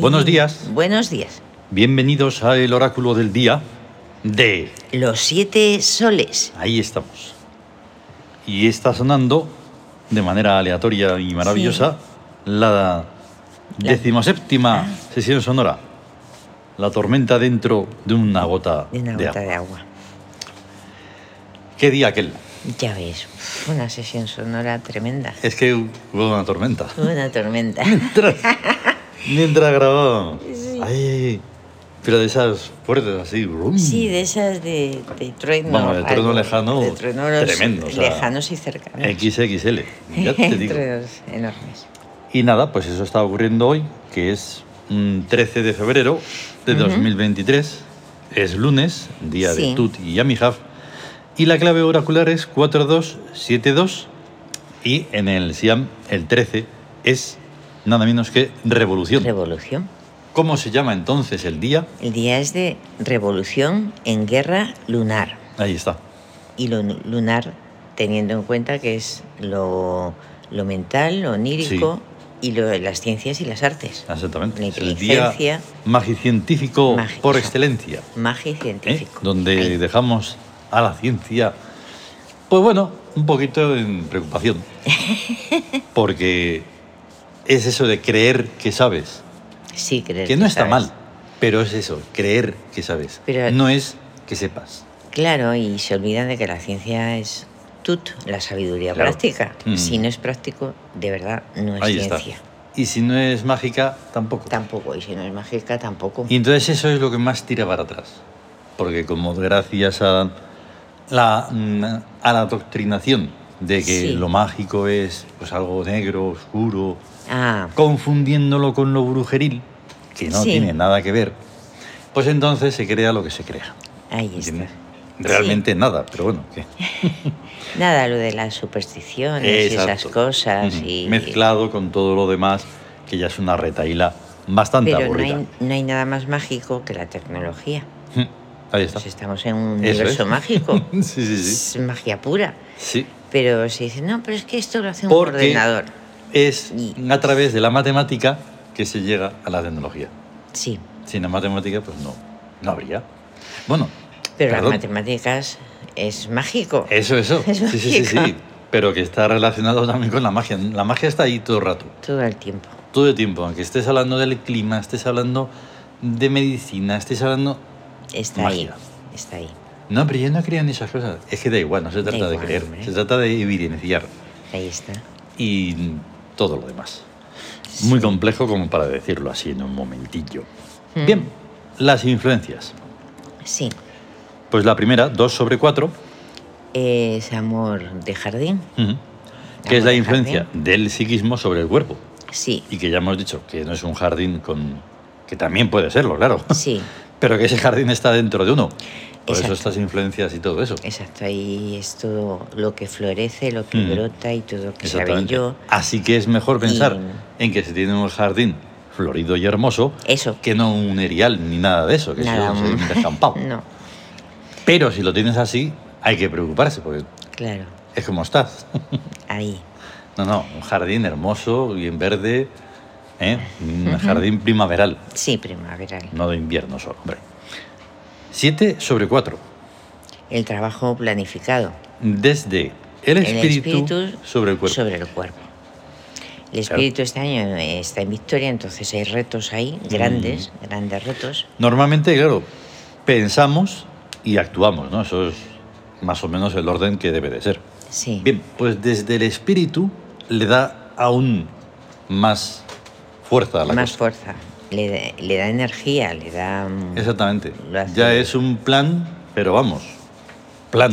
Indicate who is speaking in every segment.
Speaker 1: Buenos días.
Speaker 2: Buenos días.
Speaker 1: Bienvenidos a el oráculo del día de...
Speaker 2: Los siete soles.
Speaker 1: Ahí estamos. Y está sonando de manera aleatoria y maravillosa la decimoséptima
Speaker 2: Ah.
Speaker 1: sesión sonora. La tormenta dentro de una gota
Speaker 2: De una
Speaker 1: de
Speaker 2: gota
Speaker 1: agua.
Speaker 2: de agua.
Speaker 1: ¿Qué día aquel?
Speaker 2: Ya ves, uf, una sesión sonora tremenda.
Speaker 1: Es que hubo una tormenta.
Speaker 2: Una tormenta.
Speaker 1: Mientras, mientras grabábamos. Ay, ay, ay. Pero de esas fuertes así. brum.
Speaker 2: Sí, de esas de, de trueno.
Speaker 1: Vamos, de trueno lejano,
Speaker 2: De truenos
Speaker 1: tremendo, o sea,
Speaker 2: lejanos y cercanos.
Speaker 1: XXL. Ya te digo.
Speaker 2: truenos enormes.
Speaker 1: Y nada, pues eso está ocurriendo hoy, que es mm, 13 de febrero de 2023. Es lunes, día
Speaker 2: Sí.
Speaker 1: de Tut y Yamihaf. Y la clave oracular es 4272. Y en el Siam, el 13, es nada menos que revolución.
Speaker 2: Revolución.
Speaker 1: ¿Cómo se llama entonces el día?
Speaker 2: El día es de revolución en guerra lunar.
Speaker 1: Ahí está.
Speaker 2: Y lo nu- lunar, teniendo en cuenta que es lo, lo mental, lo onírico y lo de las ciencias y las artes.
Speaker 1: Exactamente.
Speaker 2: La
Speaker 1: Es el día
Speaker 2: inteligencia.
Speaker 1: magicientífico
Speaker 2: Mágica.
Speaker 1: por excelencia.
Speaker 2: Magia y
Speaker 1: ¿eh?
Speaker 2: científico.
Speaker 1: Donde
Speaker 2: Ahí.
Speaker 1: dejamos a la ciencia, pues bueno, un poquito en preocupación. Porque es eso de creer que sabes.
Speaker 2: Sí, creer
Speaker 1: Que no está
Speaker 2: sabes.
Speaker 1: mal, pero es eso, creer que sabes.
Speaker 2: Pero-
Speaker 1: No es que sepas.
Speaker 2: Claro, y se olvidan de que la ciencia es tut, la sabiduría
Speaker 1: Claro.
Speaker 2: práctica.
Speaker 1: Mm.
Speaker 2: Si no es práctico, de verdad no es
Speaker 1: Ahí está.
Speaker 2: ciencia.
Speaker 1: Y si no es mágica, tampoco.
Speaker 2: Tampoco, y si no es mágica, tampoco.
Speaker 1: Y entonces eso es lo que más tira para atrás. Porque como gracias a la, mm, a la adoctrinación de que
Speaker 2: Sí.
Speaker 1: lo mágico es pues algo negro, oscuro,
Speaker 2: Ah,
Speaker 1: confundiéndolo con lo brujeril, que no
Speaker 2: Sí.
Speaker 1: tiene nada que ver, pues entonces se crea lo que se crea.
Speaker 2: ahí está.
Speaker 1: ¿entiendes? Realmente nada, pero bueno, que
Speaker 2: Nada, lo de las supersticiones y esas
Speaker 1: Exacto. Mm.
Speaker 2: cosas.
Speaker 1: Ujú.
Speaker 2: y...
Speaker 1: mezclado con todo lo demás, que ya es una retaíla bastante
Speaker 2: Pero no
Speaker 1: aburrida.
Speaker 2: hay, no hay nada más mágico que la tecnología.
Speaker 1: Ujú. Ahí está.
Speaker 2: Pues estamos en un
Speaker 1: Eso
Speaker 2: universo
Speaker 1: es.
Speaker 2: mágico.
Speaker 1: Sí, sí, sí.
Speaker 2: Es magia pura.
Speaker 1: Sí.
Speaker 2: Pero se dice, no, pero es que esto lo hace un
Speaker 1: porque
Speaker 2: ordenador.
Speaker 1: es
Speaker 2: Y-
Speaker 1: a través de la matemática que se llega a la tecnología.
Speaker 2: Sí,
Speaker 1: Sin la matemática, pues no, no habría. Bueno,
Speaker 2: pero
Speaker 1: perdón,
Speaker 2: las matemáticas es mágico.
Speaker 1: Eso, eso.
Speaker 2: Es
Speaker 1: sí, sí, sí,
Speaker 2: mágica.
Speaker 1: sí. Pero que está relacionado también con la magia. La magia está ahí todo el rato,
Speaker 2: Todo el tiempo.
Speaker 1: todo el tiempo. Aunque estés hablando del clima, estés hablando de medicina, estés hablando...
Speaker 2: Está
Speaker 1: Magia.
Speaker 2: ahí. Está ahí.
Speaker 1: No, pero yo no creo en esas cosas. Es que da igual, no se
Speaker 2: Da
Speaker 1: trata de
Speaker 2: igual,
Speaker 1: creer,
Speaker 2: hombre.
Speaker 1: se trata de evidenciar
Speaker 2: Ahí está.
Speaker 1: y todo lo demás. Muy complejo como para decirlo así en un momentillo.
Speaker 2: Mm.
Speaker 1: Bien, las influencias.
Speaker 2: Sí.
Speaker 1: Pues la primera, 2 sobre 4,
Speaker 2: Es amor de jardín.
Speaker 1: que es
Speaker 2: Vamos a
Speaker 1: la
Speaker 2: dejar
Speaker 1: influencia del psiquismo sobre el cuerpo.
Speaker 2: Sí.
Speaker 1: Y que ya hemos dicho que no es un jardín con... que también puede serlo, claro.
Speaker 2: Sí.
Speaker 1: Pero que ese jardín está dentro de uno. Por eso
Speaker 2: Exacto.
Speaker 1: estas influencias y todo eso.
Speaker 2: Exacto. Ahí es todo lo que florece, lo que
Speaker 1: Mm.
Speaker 2: brota y todo lo que se
Speaker 1: Exactamente.
Speaker 2: yo.
Speaker 1: Así que es mejor pensar
Speaker 2: Y-
Speaker 1: en que se tiene un jardín florido y hermoso
Speaker 2: Eso.
Speaker 1: que no un erial ni nada de eso, que sea
Speaker 2: Nada.
Speaker 1: un descampado.
Speaker 2: no.
Speaker 1: Pero si lo tienes así, hay que preocuparse, porque
Speaker 2: Claro.
Speaker 1: es como estás.
Speaker 2: Ahí.
Speaker 1: No, no, un jardín hermoso, bien verde, ¿eh? un jardín primaveral,
Speaker 2: Sí, primaveral.
Speaker 1: no de invierno solo, hombre. 7 sobre 4.
Speaker 2: El trabajo planificado.
Speaker 1: Desde el espíritu, sobre el cuerpo.
Speaker 2: sobre el cuerpo. El espíritu este año eh, está en victoria, entonces hay retos ahí,
Speaker 1: Mm.
Speaker 2: grandes, grandes retos.
Speaker 1: Normalmente, claro, pensamos y actuamos, ¿no? Eso es más o menos el orden que debe de ser.
Speaker 2: Sí.
Speaker 1: Bien, pues desde el espíritu le da aún más fuerza a la
Speaker 2: más
Speaker 1: cosa.
Speaker 2: fuerza. Le, da- le da energía, le da. mm,
Speaker 1: Exactamente.
Speaker 2: Lo hace-
Speaker 1: Ya es un plan, pero vamos, plan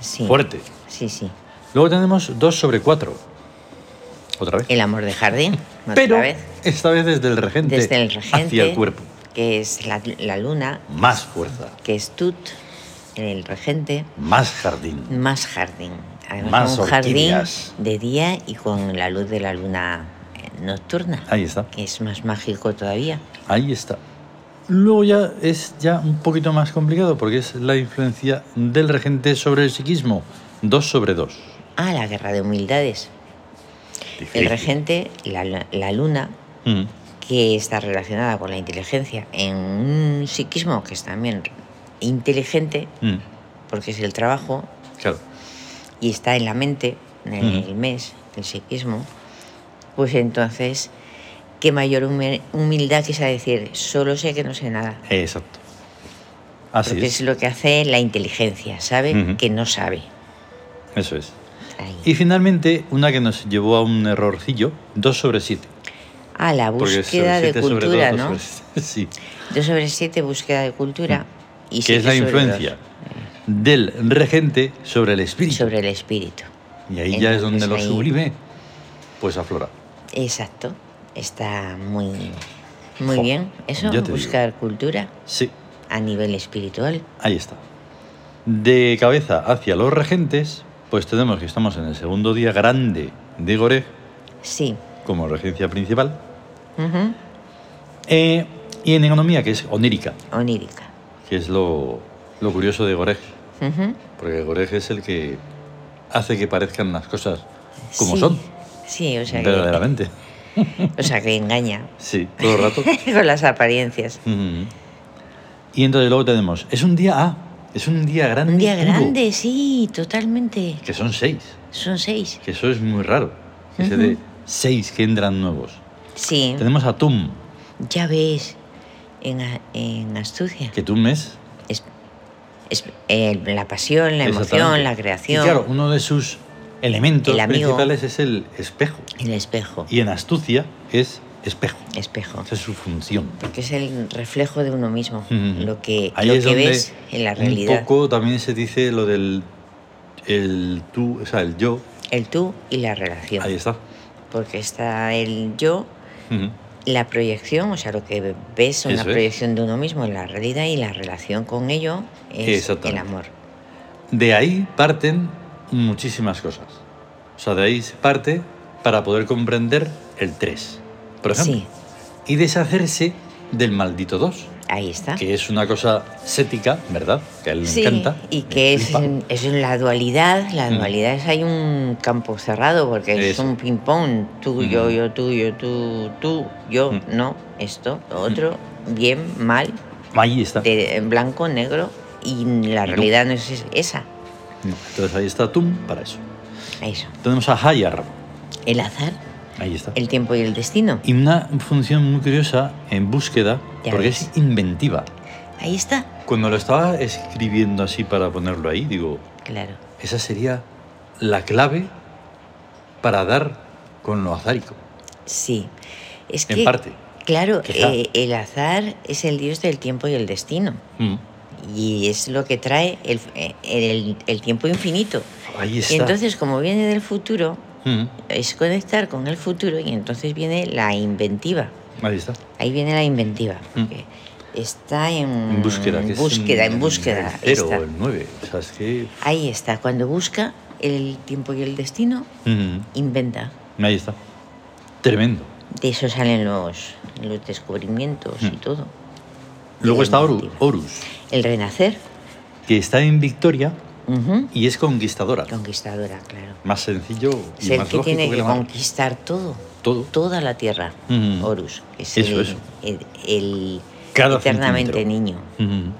Speaker 2: sí.
Speaker 1: fuerte.
Speaker 2: Sí, sí.
Speaker 1: Luego tenemos 2 sobre 4. Otra vez.
Speaker 2: El amor de jardín. otra
Speaker 1: pero
Speaker 2: vez,
Speaker 1: esta vez desde el regente,
Speaker 2: desde el regente.
Speaker 1: hacia el cuerpo.
Speaker 2: Que es la, la luna,
Speaker 1: Más fuerza,
Speaker 2: que es Tut, el regente,
Speaker 1: más jardín.
Speaker 2: más jardín. Además,
Speaker 1: Más
Speaker 2: un jardín
Speaker 1: orquídeas.
Speaker 2: de día y con la luz de la luna eh, nocturna.
Speaker 1: Ahí está.
Speaker 2: que es más mágico todavía.
Speaker 1: Ahí está. Luego ya es ya un poquito más complicado porque es la influencia del regente sobre el psiquismo. 2 sobre 2.
Speaker 2: Ah, la
Speaker 1: Mm,
Speaker 2: guerra de humildades. El regente, la, la luna, que está relacionada con la inteligencia en un psiquismo que es también inteligente,
Speaker 1: Mm,
Speaker 2: porque es el trabajo
Speaker 1: claro.
Speaker 2: y está en la mente, en el
Speaker 1: Ujú.
Speaker 2: mes, el psiquismo, pues entonces, qué mayor humi- humildad que sea decir, solo sé que no sé nada.
Speaker 1: Exacto. Así
Speaker 2: Porque
Speaker 1: es.
Speaker 2: es lo que hace la inteligencia, sabe
Speaker 1: Ujú.
Speaker 2: que no sabe.
Speaker 1: Eso es.
Speaker 2: Ahí.
Speaker 1: Y finalmente, una que nos llevó a un errorcillo, 2 sobre 7.
Speaker 2: A la búsqueda de cultura,
Speaker 1: pues
Speaker 2: ¿no?
Speaker 1: Sí.
Speaker 2: Dos sobre siete, búsqueda de cultura. Y
Speaker 1: que
Speaker 2: siete
Speaker 1: es la
Speaker 2: sobre
Speaker 1: influencia del regente sobre el
Speaker 2: dos,
Speaker 1: espíritu.
Speaker 2: sobre el espíritu.
Speaker 1: Y ahí ya es donde
Speaker 2: Entonces,
Speaker 1: lo
Speaker 2: ahí-
Speaker 1: sublime, pues aflora.
Speaker 2: Exacto. Está muy, muy
Speaker 1: Jo,
Speaker 2: bien. Eso,
Speaker 1: ya te
Speaker 2: buscar cultura
Speaker 1: Sí,
Speaker 2: a nivel espiritual.
Speaker 1: ahí está. De cabeza hacia los regentes, pues tenemos que estamos en el segundo día grande de Goreg
Speaker 2: Sí.
Speaker 1: como regencia principal.
Speaker 2: Ujú.
Speaker 1: Eh, y en economía, que es onírica,
Speaker 2: Onírica.
Speaker 1: que es lo, lo curioso de Goreg.
Speaker 2: Ujú.
Speaker 1: Porque Goreg es el que hace que parezcan las cosas como
Speaker 2: Sí.
Speaker 1: son,
Speaker 2: Sí, o sea, que,
Speaker 1: verdaderamente.
Speaker 2: o sea que engaña
Speaker 1: Sí, todo el rato.
Speaker 2: con las apariencias.
Speaker 1: Ujú. Y entonces luego tenemos, es un día A, es un día grande.
Speaker 2: Un día
Speaker 1: puro,
Speaker 2: grande, sí, totalmente.
Speaker 1: Que son seis,
Speaker 2: Son seis.
Speaker 1: que eso es muy raro. Ese de seis que entran nuevos.
Speaker 2: Sí,
Speaker 1: Tenemos a Tum,
Speaker 2: ya ves, en, A- en astucia.
Speaker 1: que Tum es...
Speaker 2: Es, es, eh, la pasión, la emoción,
Speaker 1: exactamente.
Speaker 2: la creación,
Speaker 1: Y claro, uno de sus elementos
Speaker 2: El amigo.
Speaker 1: principales es el espejo.
Speaker 2: el espejo.
Speaker 1: Y en astucia es espejo.
Speaker 2: Espejo.
Speaker 1: Esa es su función.
Speaker 2: Porque es el reflejo de uno mismo,
Speaker 1: Ujú.
Speaker 2: lo que,
Speaker 1: Ahí
Speaker 2: Eh, lo
Speaker 1: es
Speaker 2: que
Speaker 1: donde
Speaker 2: ves en la
Speaker 1: Un
Speaker 2: realidad.
Speaker 1: poco también se dice lo del el tú, o sea, el yo.
Speaker 2: El tú y la relación.
Speaker 1: Ahí está.
Speaker 2: Porque está el yo,
Speaker 1: Ujú.
Speaker 2: la proyección, o sea, lo que ves, una
Speaker 1: Eso es.
Speaker 2: proyección de uno mismo en la realidad y la relación con ello es el
Speaker 1: Exactamente.
Speaker 2: amor.
Speaker 1: De ahí parten muchísimas cosas. O sea, de ahí se parte para poder comprender el 3, por ejemplo.
Speaker 2: Sí.
Speaker 1: Y deshacerse del maldito 2,
Speaker 2: Ahí está.
Speaker 1: que es una cosa sética, ¿verdad? Que a él le
Speaker 2: ¿Ah? Sí,
Speaker 1: encanta.
Speaker 2: y
Speaker 1: le
Speaker 2: que es,
Speaker 1: flipa.
Speaker 2: es la dualidad, la
Speaker 1: Mm.
Speaker 2: dualidad es hay un campo cerrado porque
Speaker 1: Eso.
Speaker 2: es un ping pong, tú, yo,
Speaker 1: Mm.
Speaker 2: yo, tú, yo, tú, tú, yo,
Speaker 1: Mm.
Speaker 2: no, esto, lo otro, bien, mal,
Speaker 1: Ahí está.
Speaker 2: de blanco, negro y la
Speaker 1: Y no.
Speaker 2: realidad no es es- esa,
Speaker 1: Entonces ahí está Tum para eso.
Speaker 2: eso,
Speaker 1: Tenemos a Hayar.
Speaker 2: el azar,
Speaker 1: Ahí está.
Speaker 2: el tiempo y el destino,
Speaker 1: Y una función muy curiosa en búsqueda,
Speaker 2: Ya
Speaker 1: porque
Speaker 2: ves.
Speaker 1: es inventiva.
Speaker 2: ahí está,
Speaker 1: Cuando lo estaba escribiendo así para ponerlo ahí, digo,
Speaker 2: claro,
Speaker 1: Esa sería la clave para dar con lo azárico.
Speaker 2: sí, es que,
Speaker 1: En parte.
Speaker 2: claro,
Speaker 1: Quizá.
Speaker 2: eh, el azar es el dios del tiempo y el destino.
Speaker 1: Mm.
Speaker 2: Y es lo que trae el, eh, el- el tiempo infinito.
Speaker 1: Ahí está.
Speaker 2: Y entonces, como viene del futuro,
Speaker 1: Mm.
Speaker 2: es conectar con el futuro y entonces viene la inventiva.
Speaker 1: Ahí está.
Speaker 2: Ahí viene la inventiva.
Speaker 1: Mm.
Speaker 2: porque Está en,
Speaker 1: En búsqueda. que es
Speaker 2: búsqueda,
Speaker 1: un-
Speaker 2: en búsqueda.
Speaker 1: El
Speaker 2: ahí,
Speaker 1: cero,
Speaker 2: está.
Speaker 1: el nueve. O sea, es que...
Speaker 2: Ahí está. Cuando busca el tiempo y el destino,
Speaker 1: Mm.
Speaker 2: inventa.
Speaker 1: Ahí está. Tremendo.
Speaker 2: De eso salen los, los descubrimientos y
Speaker 1: Mm.
Speaker 2: todo.
Speaker 1: Luego
Speaker 2: La
Speaker 1: está Oru-
Speaker 2: inventiva.
Speaker 1: Horus,
Speaker 2: El renacer.
Speaker 1: que está en Victoria
Speaker 2: ujú,
Speaker 1: y es conquistadora.
Speaker 2: Conquistadora, claro.
Speaker 1: Más sencillo y
Speaker 2: Es el
Speaker 1: más
Speaker 2: que
Speaker 1: lógico
Speaker 2: tiene que
Speaker 1: la mano.
Speaker 2: conquistar todo.
Speaker 1: Todo.
Speaker 2: Toda la tierra.
Speaker 1: Ujú.
Speaker 2: Horus. que es
Speaker 1: Eso,
Speaker 2: el,
Speaker 1: eso.
Speaker 2: el- el
Speaker 1: Cada
Speaker 2: eternamente
Speaker 1: centímetro.
Speaker 2: niño.
Speaker 1: Mm.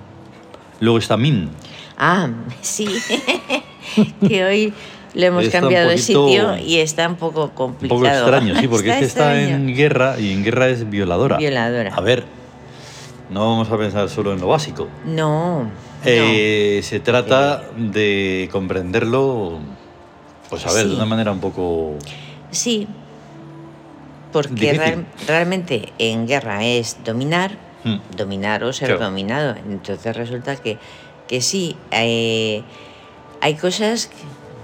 Speaker 1: Luego está Min.
Speaker 2: Ah, sí. que hoy lo hemos
Speaker 1: Está un
Speaker 2: cambiado de
Speaker 1: poquito-
Speaker 2: sitio y está un poco
Speaker 1: Un poco
Speaker 2: complicado.
Speaker 1: extraño, sí, porque es que está
Speaker 2: extraño.
Speaker 1: en guerra y en guerra es violadora.
Speaker 2: Violadora.
Speaker 1: A ver, no vamos a pensar solo en lo básico.
Speaker 2: No. Eh. no.
Speaker 1: Eh, se trata de comprenderlo, pues a ver, de
Speaker 2: Sí.
Speaker 1: una manera un poco...
Speaker 2: Sí. Porque
Speaker 1: Difícil.
Speaker 2: real- realmente en guerra es dominar,
Speaker 1: Mm.
Speaker 2: dominar o ser
Speaker 1: Claro.
Speaker 2: dominado. Entonces resulta que, que sí, eh, hay cosas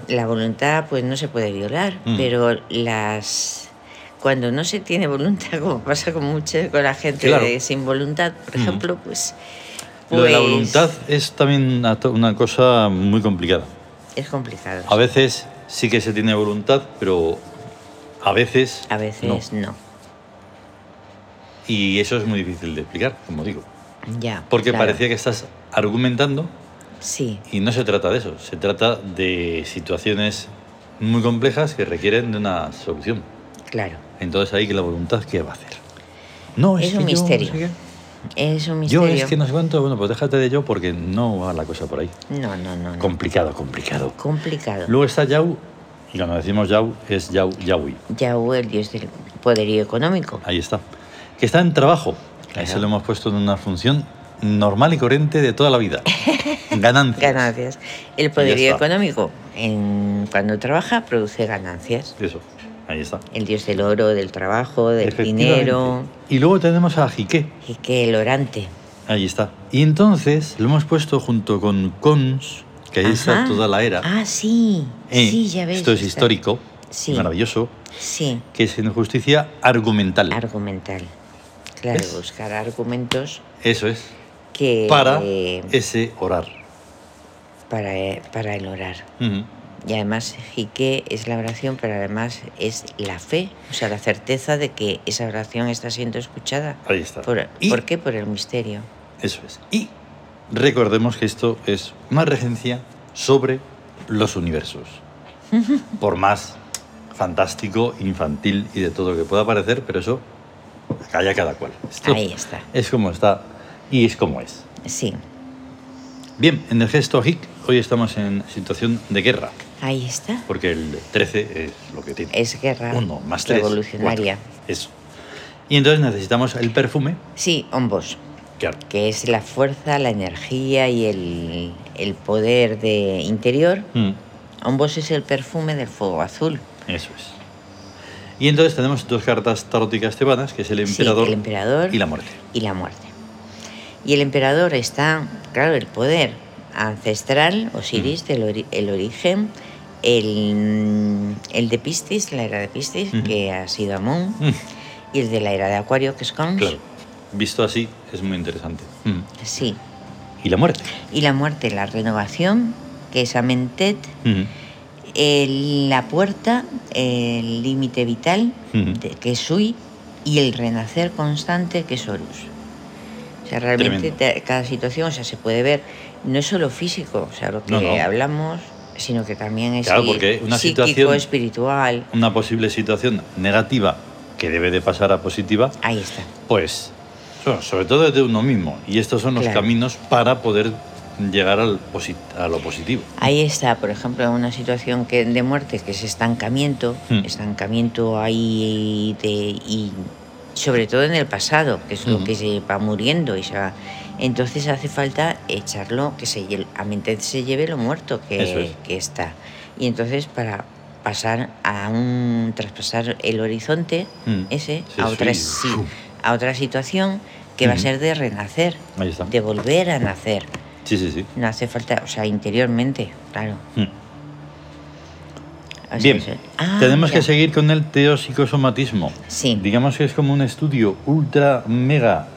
Speaker 2: que la voluntad pues no se puede violar,
Speaker 1: Mm.
Speaker 2: pero las cuando no se tiene voluntad, como pasa con mucha con la gente
Speaker 1: Claro.
Speaker 2: de- sin voluntad, por
Speaker 1: Mm.
Speaker 2: ejemplo, pues,
Speaker 1: Lo de la
Speaker 2: pues,
Speaker 1: voluntad es también una, to- una cosa muy complicada.
Speaker 2: es complicado.
Speaker 1: A veces sí que se tiene voluntad, pero a veces...
Speaker 2: A veces
Speaker 1: no.
Speaker 2: no.
Speaker 1: Y eso es muy difícil de explicar, como digo.
Speaker 2: Ya.
Speaker 1: Porque
Speaker 2: claro.
Speaker 1: parecía que estás argumentando
Speaker 2: sí.
Speaker 1: Y no se trata de eso, se trata de situaciones muy complejas que requieren de una solución.
Speaker 2: Claro.
Speaker 1: Entonces ahí que la voluntad, ¿qué va a hacer? No,
Speaker 2: Es
Speaker 1: que
Speaker 2: un
Speaker 1: yo no sé
Speaker 2: misterio.
Speaker 1: qué.
Speaker 2: Es un
Speaker 1: Yo
Speaker 2: misterio.
Speaker 1: es que no sé cuánto, bueno, pues déjate de yo porque no va la cosa por ahí.
Speaker 2: No, no, no. no.
Speaker 1: Complicado, complicado.
Speaker 2: Complicado.
Speaker 1: Luego está Yau, y cuando decimos Yau es Yau, Yahui.
Speaker 2: Yahweh, el dios del poderío económico.
Speaker 1: Ahí está. Que está en trabajo. A Eso
Speaker 2: Claro.
Speaker 1: lo hemos puesto en una función normal y corriente de toda la vida. Ganancias.
Speaker 2: Ganancias. El poderío
Speaker 1: está.
Speaker 2: económico, en- cuando trabaja, produce ganancias.
Speaker 1: Eso. Ahí está.
Speaker 2: El dios del oro, del trabajo, del
Speaker 1: Efectivamente.
Speaker 2: dinero.
Speaker 1: Y luego tenemos a Jiqué.
Speaker 2: Y que el orante.
Speaker 1: Ahí está. Y entonces lo hemos puesto junto con Cons, que ahí está
Speaker 2: Ajá.
Speaker 1: toda la era.
Speaker 2: Ah, sí.
Speaker 1: Eh,
Speaker 2: sí, ya ves.
Speaker 1: Esto es
Speaker 2: está-
Speaker 1: histórico,
Speaker 2: Sí.
Speaker 1: maravilloso,
Speaker 2: Sí,
Speaker 1: que es injusticia argumental.
Speaker 2: argumental. Claro,
Speaker 1: ¿Ves?
Speaker 2: buscar argumentos
Speaker 1: Eso es.
Speaker 2: que.
Speaker 1: Para
Speaker 2: eh,
Speaker 1: ese orar.
Speaker 2: para, eh, para el orar.
Speaker 1: Ujú.
Speaker 2: Y además, Jique es la oración, pero además es la fe, o sea, la certeza de que esa oración está siendo escuchada.
Speaker 1: Ahí está.
Speaker 2: ¿Por,
Speaker 1: Y-
Speaker 2: ¿por qué? Por el misterio.
Speaker 1: Eso es. Y recordemos que esto es una regencia sobre los universos. Por más fantástico, infantil y de todo que pueda parecer, pero eso calla cada cual. Esto
Speaker 2: Ahí está.
Speaker 1: es como está y es como es.
Speaker 2: Sí,
Speaker 1: Bien, en el gesto hic hoy estamos en situación de guerra,
Speaker 2: ahí está.
Speaker 1: porque el 13 es lo que tiene.
Speaker 2: Es guerra
Speaker 1: Uno más tres.
Speaker 2: Ah, revolucionaria.
Speaker 1: cuatro. Eso. Y entonces necesitamos el perfume.
Speaker 2: Sí, hombos,
Speaker 1: Claro.
Speaker 2: que es la fuerza, la energía y el, el poder de interior.
Speaker 1: Mm,
Speaker 2: Hombos es el perfume del fuego azul.
Speaker 1: eso es. Y entonces tenemos dos cartas taróticas tebanas, que es el
Speaker 2: Sí,
Speaker 1: emperador,
Speaker 2: el emperador
Speaker 1: y la muerte.
Speaker 2: y la muerte. Y el emperador está, claro, el poder ancestral,
Speaker 1: Mm.
Speaker 2: Osiris, del ori- el origen, el, el de Piscis, la era de Piscis,
Speaker 1: Ujú.
Speaker 2: que ha sido Amón,
Speaker 1: Mm,
Speaker 2: y el de la era de Acuario, que es Cons.
Speaker 1: claro. Visto así, es muy interesante. Mm.
Speaker 2: Sí.
Speaker 1: Y la muerte.
Speaker 2: Y la muerte, la renovación, que es Amentet,
Speaker 1: Mm,
Speaker 2: el- la puerta, el límite vital,
Speaker 1: Ujú.
Speaker 2: de- que es Sui, y el renacer constante, que es Horus. O sea, realmente
Speaker 1: Tremendo.
Speaker 2: te- cada situación o sea, se puede ver, no es solo físico, o sea, lo que
Speaker 1: No, no.
Speaker 2: hablamos, sino que también es
Speaker 1: Claro,
Speaker 2: psí-
Speaker 1: porque una
Speaker 2: psíquico,
Speaker 1: situación-
Speaker 2: espiritual.
Speaker 1: Una posible situación negativa que debe de pasar a positiva,
Speaker 2: Ahí está.
Speaker 1: pues so- sobre todo es de uno mismo. Y estos son los
Speaker 2: Claro.
Speaker 1: caminos para poder llegar al posi- a lo positivo.
Speaker 2: Ahí está, por ejemplo, una situación que, de muerte que es estancamiento,
Speaker 1: Mm.
Speaker 2: estancamiento ahí de, y sobre todo en el pasado, que es lo
Speaker 1: Mm.
Speaker 2: que se va muriendo y se va. Entonces hace falta echarlo, que se lle- a mente se lleve lo muerto
Speaker 1: Eso
Speaker 2: que,
Speaker 1: es.
Speaker 2: que está. Y entonces para pasar a un traspasar el horizonte
Speaker 1: Mm.
Speaker 2: ese
Speaker 1: Sí,
Speaker 2: a
Speaker 1: sí.
Speaker 2: otra si-
Speaker 1: Uf. Hmm.
Speaker 2: a otra situación que va a
Speaker 1: Ujú.
Speaker 2: ser de renacer,
Speaker 1: Ahí está.
Speaker 2: de volver a nacer.
Speaker 1: Sí, sí, sí.
Speaker 2: No hace falta, o sea, interiormente, claro.
Speaker 1: Mm.
Speaker 2: O sea,
Speaker 1: Bien,
Speaker 2: eso- Ah,
Speaker 1: tenemos
Speaker 2: mira.
Speaker 1: que seguir con el teopsicosomatismo.
Speaker 2: Sí.
Speaker 1: Digamos que es como un estudio ultra, mega,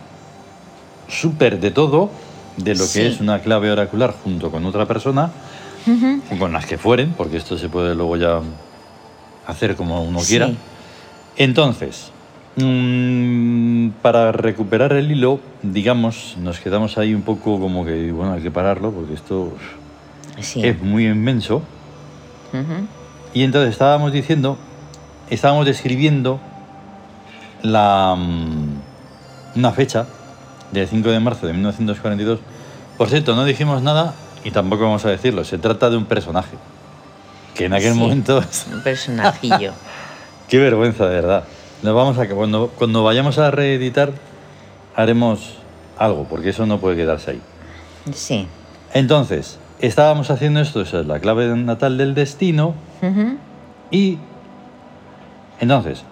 Speaker 1: súper de todo, de lo
Speaker 2: Sí.
Speaker 1: que es una clave oracular junto con otra persona,
Speaker 2: Ujú.
Speaker 1: o con las que fueren, porque esto se puede luego ya hacer como uno
Speaker 2: Sí.
Speaker 1: quiera. Entonces, mm, para recuperar el hilo, digamos, nos quedamos ahí un poco como que, bueno, hay que pararlo porque esto
Speaker 2: Sí.
Speaker 1: es muy inmenso.
Speaker 2: Ujú.
Speaker 1: Y entonces estábamos diciendo, estábamos describiendo la, mm, una fecha del 5 de marzo de 1942. Por cierto, no dijimos nada y tampoco vamos a decirlo. Se trata de un personaje. Que en aquel
Speaker 2: Sí.
Speaker 1: momento...
Speaker 2: Un personajillo.
Speaker 1: qué vergüenza, de verdad. Nos vamos a, cuando, cuando vayamos a reeditar, haremos algo, porque eso no puede quedarse ahí.
Speaker 2: sí.
Speaker 1: Entonces, estábamos haciendo esto, esa es la clave natal del destino,
Speaker 2: Ujú.
Speaker 1: Y entonces,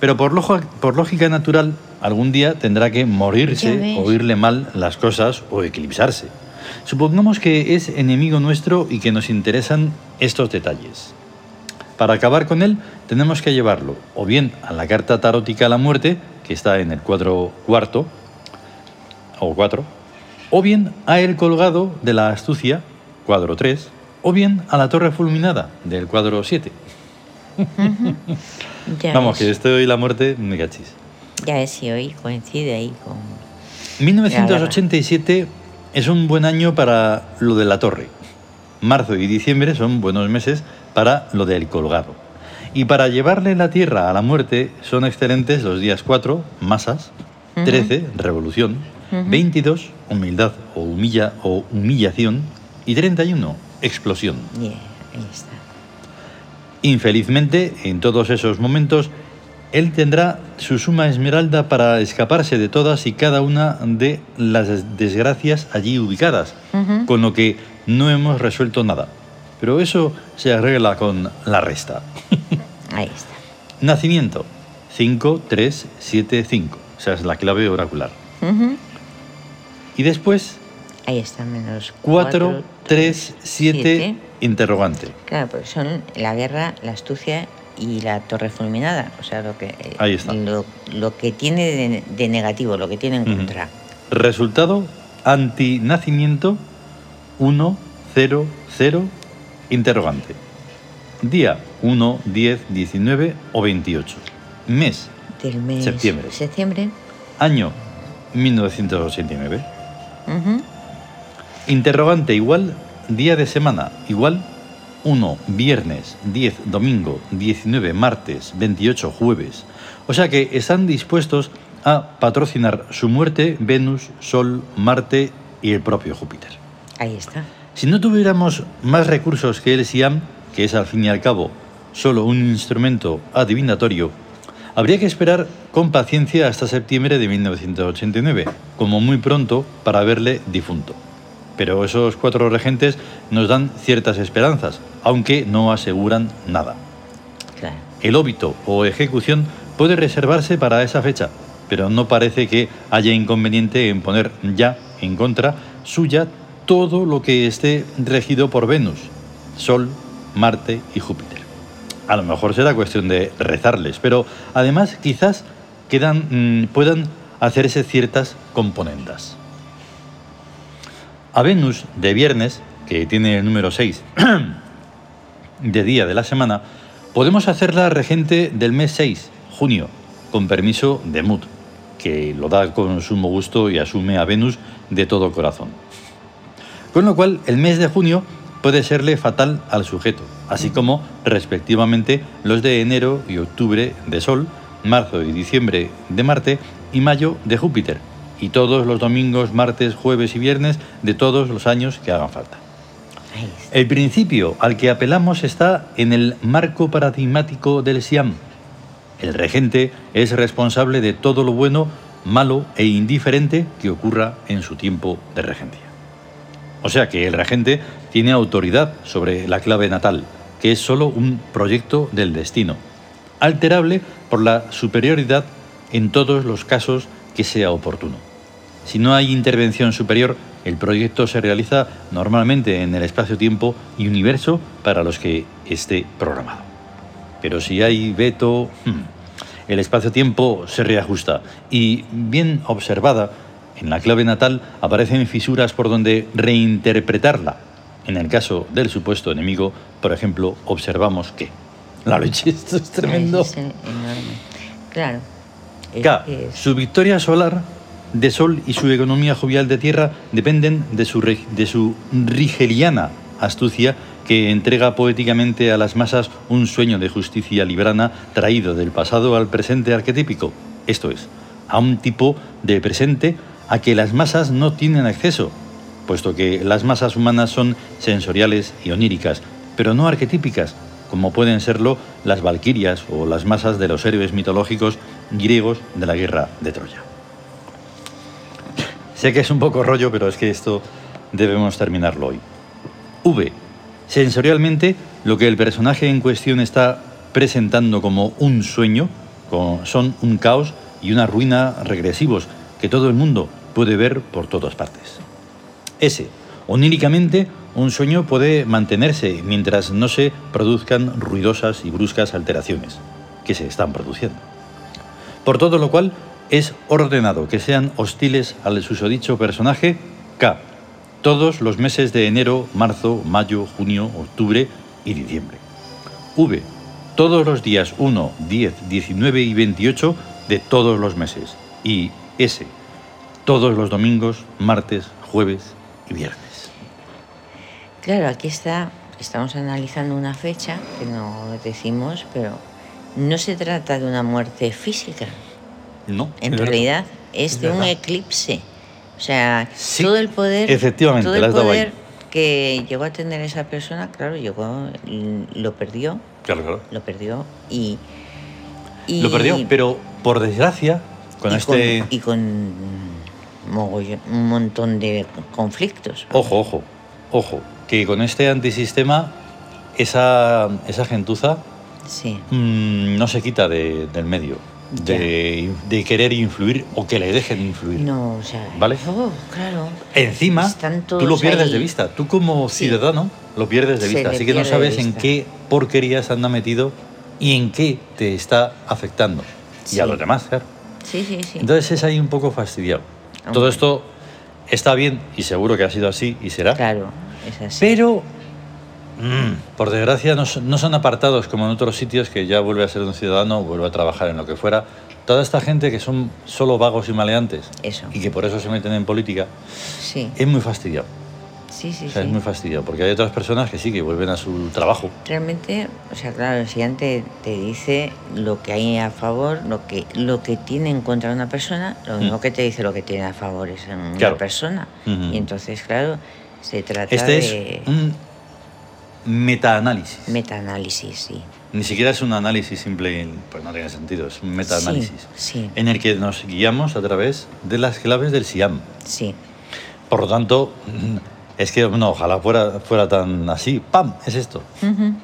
Speaker 1: pero por, lojo- por lógica natural, algún día tendrá que
Speaker 2: Ya
Speaker 1: morirse
Speaker 2: ves.
Speaker 1: o irle mal las cosas o eclipsarse. Supongamos que es enemigo nuestro y que nos interesan estos detalles. Para acabar con él, tenemos que llevarlo o bien a la carta tarótica a la muerte, que está en el cuadro cuarto, o cuatro, o bien a el colgado de la astucia, cuadro 3, o bien a la torre fulminada, del cuadro 7.
Speaker 2: Ya
Speaker 1: Vamos, que
Speaker 2: ves.
Speaker 1: esto y la muerte, me cachis.
Speaker 2: Ya es, y hoy coincide ahí con.
Speaker 1: 1987 es un buen año para lo de la torre. Marzo y diciembre son buenos meses para lo del colgado. Y para llevarle la tierra a la muerte son excelentes los días 4, masas, 13, revolución, 22, humildad o humilla o humillación y 31, explosión.
Speaker 2: Yeah, ahí está.
Speaker 1: Infelizmente, en todos esos momentos, él tendrá su suma esmeralda para escaparse de todas y cada una de las des- desgracias allí ubicadas, con lo que no hemos resuelto nada. Pero eso se arregla con la resta.
Speaker 2: Ahí está.
Speaker 1: Nacimiento 5375, o sea, es la clave oracular.
Speaker 2: Ujú.
Speaker 1: Y después
Speaker 2: Ahí está, menos
Speaker 1: 4, 3, 7,
Speaker 2: siete.
Speaker 1: interrogante.
Speaker 2: Claro, porque son la guerra, la astucia y la torre fulminada. O sea, lo que, eh,
Speaker 1: Ahí está.
Speaker 2: Lo, lo que tiene de, de negativo, lo que tiene en
Speaker 1: Ujú.
Speaker 2: contra.
Speaker 1: Resultado antinacimiento 1, 0, 0, interrogante. Día 1, 10, 19 o 28. Mes,
Speaker 2: Del mes
Speaker 1: Septiembre.
Speaker 2: Septiembre.
Speaker 1: año 1989.
Speaker 2: Ujú.
Speaker 1: Interrogante igual, día de semana igual, 1 viernes, 10 domingo, 19 martes, 28 jueves. O sea que están dispuestos a patrocinar su muerte Venus, Sol, Marte y el propio Júpiter.
Speaker 2: Ahí está.
Speaker 1: Si no tuviéramos más recursos que el SIAM, que es al fin y al cabo solo un instrumento adivinatorio, habría que esperar con paciencia hasta septiembre de 1989, como muy pronto para verle difunto. Pero esos cuatro regentes nos dan ciertas esperanzas, aunque no aseguran nada.
Speaker 2: Claro.
Speaker 1: El óbito o ejecución puede reservarse para esa fecha, pero no parece que haya inconveniente en poner ya en contra suya todo lo que esté regido por Venus, Sol, Marte y Júpiter. A lo mejor será cuestión de rezarles, pero además quizás quedan, mm, puedan hacerse ciertas componendas. A Venus de viernes, que tiene el número 6 de día de la semana, podemos hacerla regente del mes 6, junio, con permiso de Mut, que lo da con sumo gusto y asume a Venus de todo corazón. Con lo cual, el mes de junio puede serle fatal al sujeto, así como, respectivamente, los de enero y octubre de Sol, marzo y diciembre de Marte y mayo de Júpiter, y todos los domingos, martes, jueves y viernes de todos los años que hagan falta.
Speaker 2: Ahí está.
Speaker 1: El principio al que apelamos está en el marco paradigmático del Siam. El regente es responsable de todo lo bueno, malo e indiferente que ocurra en su tiempo de regencia. O sea que el regente tiene autoridad sobre la clave natal, que es solo un proyecto del destino, alterable por la superioridad en todos los casos que sea oportuno. Si no hay intervención superior, el proyecto se realiza normalmente en el espacio-tiempo y universo para los que esté programado. Pero si hay veto, hmm, el espacio-tiempo se reajusta y, bien observada, en la clave natal aparecen fisuras por donde reinterpretarla. En el caso del supuesto enemigo, por ejemplo, observamos que... La leche, esto es tremendo.
Speaker 2: Es enorme. Claro. Es
Speaker 1: K.
Speaker 2: que es-
Speaker 1: Su victoria solar de Sol y su economía jovial de Tierra dependen de su, rig- de su rigeliana astucia que entrega poéticamente a las masas un sueño de justicia librana traído del pasado al presente arquetípico, esto es, a un tipo de presente a que las masas no tienen acceso, puesto que las masas humanas son sensoriales y oníricas, pero no arquetípicas, como pueden serlo las valquirias o las masas de los héroes mitológicos griegos de la guerra de Troya. Sé que es un poco rollo, pero es que esto debemos terminarlo hoy. V. Sensorialmente, lo que el personaje en cuestión está presentando como un sueño co- son un caos y una ruina regresivos que todo el mundo puede ver por todas partes. S. Oníricamente, un sueño puede mantenerse mientras no se produzcan ruidosas y bruscas alteraciones que se están produciendo. Por todo lo cual, es ordenado que sean hostiles al susodicho personaje K todos los meses de enero, marzo, mayo, junio, octubre y diciembre. V. Todos los días 1, 10, 19 y 28 de todos los meses. Y S. Todos los domingos, martes, jueves y viernes.
Speaker 2: Claro, aquí está estamos analizando una fecha que no decimos, pero no se trata de una muerte física.
Speaker 1: No.
Speaker 2: En
Speaker 1: es
Speaker 2: realidad es,
Speaker 3: Es
Speaker 2: de un
Speaker 3: verdad.
Speaker 2: eclipse. O sea,
Speaker 1: Sí,
Speaker 2: todo el poder,
Speaker 1: efectivamente,
Speaker 2: todo
Speaker 1: le
Speaker 2: el
Speaker 1: has dado ahí.
Speaker 2: poder que llegó a tener esa persona, claro, llegó, lo perdió,
Speaker 1: verdad. Claro, claro.
Speaker 2: lo perdió y, y-
Speaker 1: Lo perdió, pero por desgracia, con
Speaker 2: y
Speaker 1: este.
Speaker 2: y con mogollón- un montón de conflictos.
Speaker 1: Ojo, ojo, ojo, que con este antisistema, esa, esa gentuza
Speaker 2: Sí.
Speaker 1: mm, no se quita de- del medio. De, de querer influir o que le dejen influir.
Speaker 2: No, o sea,
Speaker 1: ¿Vale?
Speaker 2: oh, claro.
Speaker 1: Encima,
Speaker 2: Están
Speaker 1: tú lo
Speaker 2: todos
Speaker 1: pierdes
Speaker 2: ahí.
Speaker 1: de vista. Tú como
Speaker 2: Sí.
Speaker 1: ciudadano lo pierdes de
Speaker 2: Se
Speaker 1: vista.
Speaker 2: le
Speaker 1: Así que no
Speaker 2: pierde de
Speaker 1: sabes en
Speaker 2: vista.
Speaker 1: qué porquerías anda metido y en qué te está afectando. Y a
Speaker 2: Sí.
Speaker 1: los demás, claro.
Speaker 2: Sí, sí, sí.
Speaker 1: Entonces es ahí un poco fastidiado.
Speaker 2: Hombre.
Speaker 1: Todo esto está bien y seguro que ha sido así y será.
Speaker 2: claro, es así.
Speaker 1: Pero, mm, por desgracia, no, son- no son apartados como en otros sitios que ya vuelve a ser un ciudadano, vuelve a trabajar en lo que fuera. Toda esta gente que son solo vagos y maleantes
Speaker 2: Eso.
Speaker 1: y que por eso se meten en política,
Speaker 2: Sí,
Speaker 1: es muy fastidiado.
Speaker 2: sí, sí.
Speaker 1: O sea,
Speaker 2: sí.
Speaker 1: es muy fastidiado, porque hay otras personas que sí, que vuelven a su trabajo.
Speaker 2: Realmente, o sea, claro, el siguiente te dice lo que hay a favor, lo que, lo que tiene en contra de una persona, lo mismo que te dice lo que tiene a favor es en una
Speaker 1: Mm. Claro.
Speaker 2: persona.
Speaker 1: Ujú.
Speaker 2: Y entonces, claro, se trata
Speaker 1: Este
Speaker 2: de
Speaker 1: es un metaanálisis.
Speaker 2: metaanálisis, sí.
Speaker 1: Ni siquiera es un análisis simple, y, pues no tiene sentido, es un metaanálisis.
Speaker 2: Sí, sí.
Speaker 1: En el que nos guiamos a través de las claves del SIAM.
Speaker 2: Sí,
Speaker 1: Por lo tanto, es que no, ojalá fuera, fuera tan así. ¡Pam! Es esto.
Speaker 2: Ujú.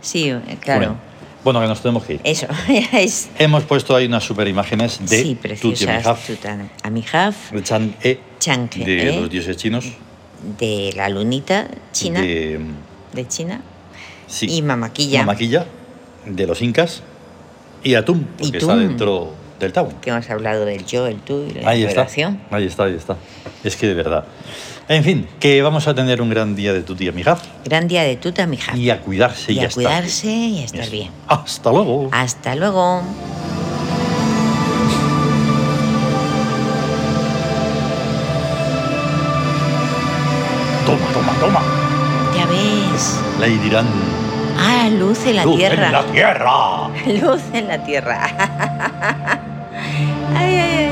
Speaker 2: sí eh, claro. Eh.
Speaker 1: Bueno, bueno, que nos tenemos que ir.
Speaker 2: Eso, ya es.
Speaker 1: Hemos puesto ahí unas super imágenes de
Speaker 2: sí, preciosas.
Speaker 1: Tutiyamihaf,
Speaker 2: Tutan- Amihaf,
Speaker 1: de Chang'e,
Speaker 2: Chang'e,
Speaker 1: de
Speaker 2: ¿eh?
Speaker 1: los dioses chinos,
Speaker 2: de la lunita china, de,
Speaker 1: de mm,
Speaker 2: China,
Speaker 1: Sí.
Speaker 2: Y mamaquilla.
Speaker 1: Mamaquilla, de los incas. Y Atum, porque está
Speaker 2: Tum.
Speaker 1: dentro del Tao.
Speaker 2: que hemos hablado del yo, el tú y la
Speaker 1: Ahí está.
Speaker 2: relación.
Speaker 1: Ahí está, ahí está. Es que de verdad. En fin, que vamos a tener un gran día de tu tía Mijaf.
Speaker 2: Gran día de tuta, mija.
Speaker 1: Y a cuidarse y,
Speaker 2: Y
Speaker 1: ya
Speaker 2: a
Speaker 1: está.
Speaker 2: cuidarse y a estar
Speaker 1: Eso.
Speaker 2: bien. Ah.
Speaker 1: Hasta luego.
Speaker 2: Hasta luego.
Speaker 1: Toma, toma, toma.
Speaker 2: Ya ves.
Speaker 1: La dirán.
Speaker 2: Ah, luz en la
Speaker 1: "Luz
Speaker 2: tierra.
Speaker 1: En la tierra.
Speaker 2: Luz en la tierra. ay, ay, ay.